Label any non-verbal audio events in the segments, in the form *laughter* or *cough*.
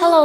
Hello，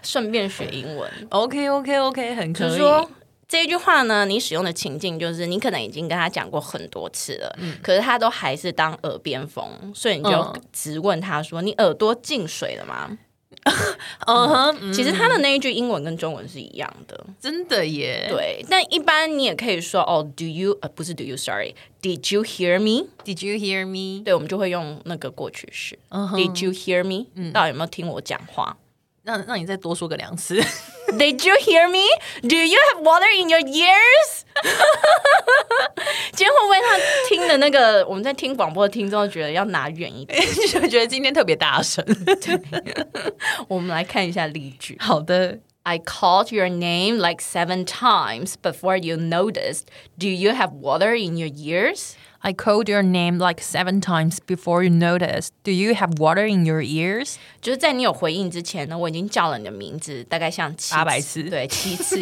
顺便学英文。 ！OK OK OK，很就可以。是说这一句话呢，你使用的情境就是你可能已经跟他讲过很多次了，可是他都还是当耳边风，所以你就嗯直问他说：“你耳朵进水了吗？”嗯哼，嗯其实他的那一句英文跟中文是一样的，真的耶。对。但一般你也可以说哦，Do you 呃不是 Do you，sorry，Did you hear me？ Did you hear me？对，我们就会用那个过去式、嗯哼嗯 Did you hear me？、到底有没有听我讲话那那你再多说个两次。 *laughs* ？Did you hear me？Do you have water in your ears？今天会不会他听的那个我们在听广播的听众觉得要拿远一点？就觉得今天特别大声。我们来看一下例句。 *laughs* 好的， I called your name like seven times before you noticed. Do you have water in your ears? I called your name like seven times before you noticed. Do you have water in your ears? 就是在你有回应之前呢，我已经叫了你的名字，大概像七800次对，七次。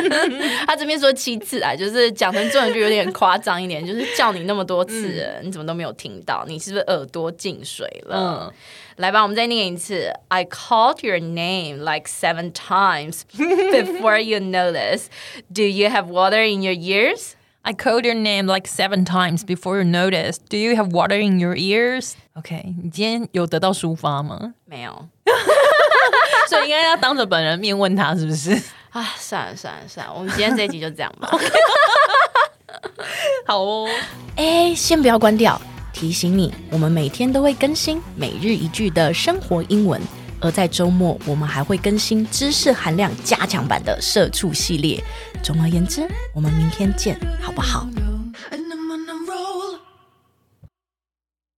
*laughs* 他这边说七次啊，就是讲成中文就有点夸张一点，就是叫你那么多次了，你怎么都没有听到？你是不是耳朵进水了？来吧，我们再念一次。I called your name like seven times before you noticed. Do you have water in your ears? I called your name like seven times before you noticed. Do you have water in your ears? OK，你今天有得到抒发吗？没有 *laughs* 所以应该要当着本人面问他是不是？啊，算了算了算了，我们今天这一集就这样吧。 *laughs* 好哦，哎，先不要关掉，提醒你，我们每天都会更新每日一句的生活英文，而在周末我们还会更新知识含量加强版的社畜系列。总而言之，我们明天见，好不好？ I'm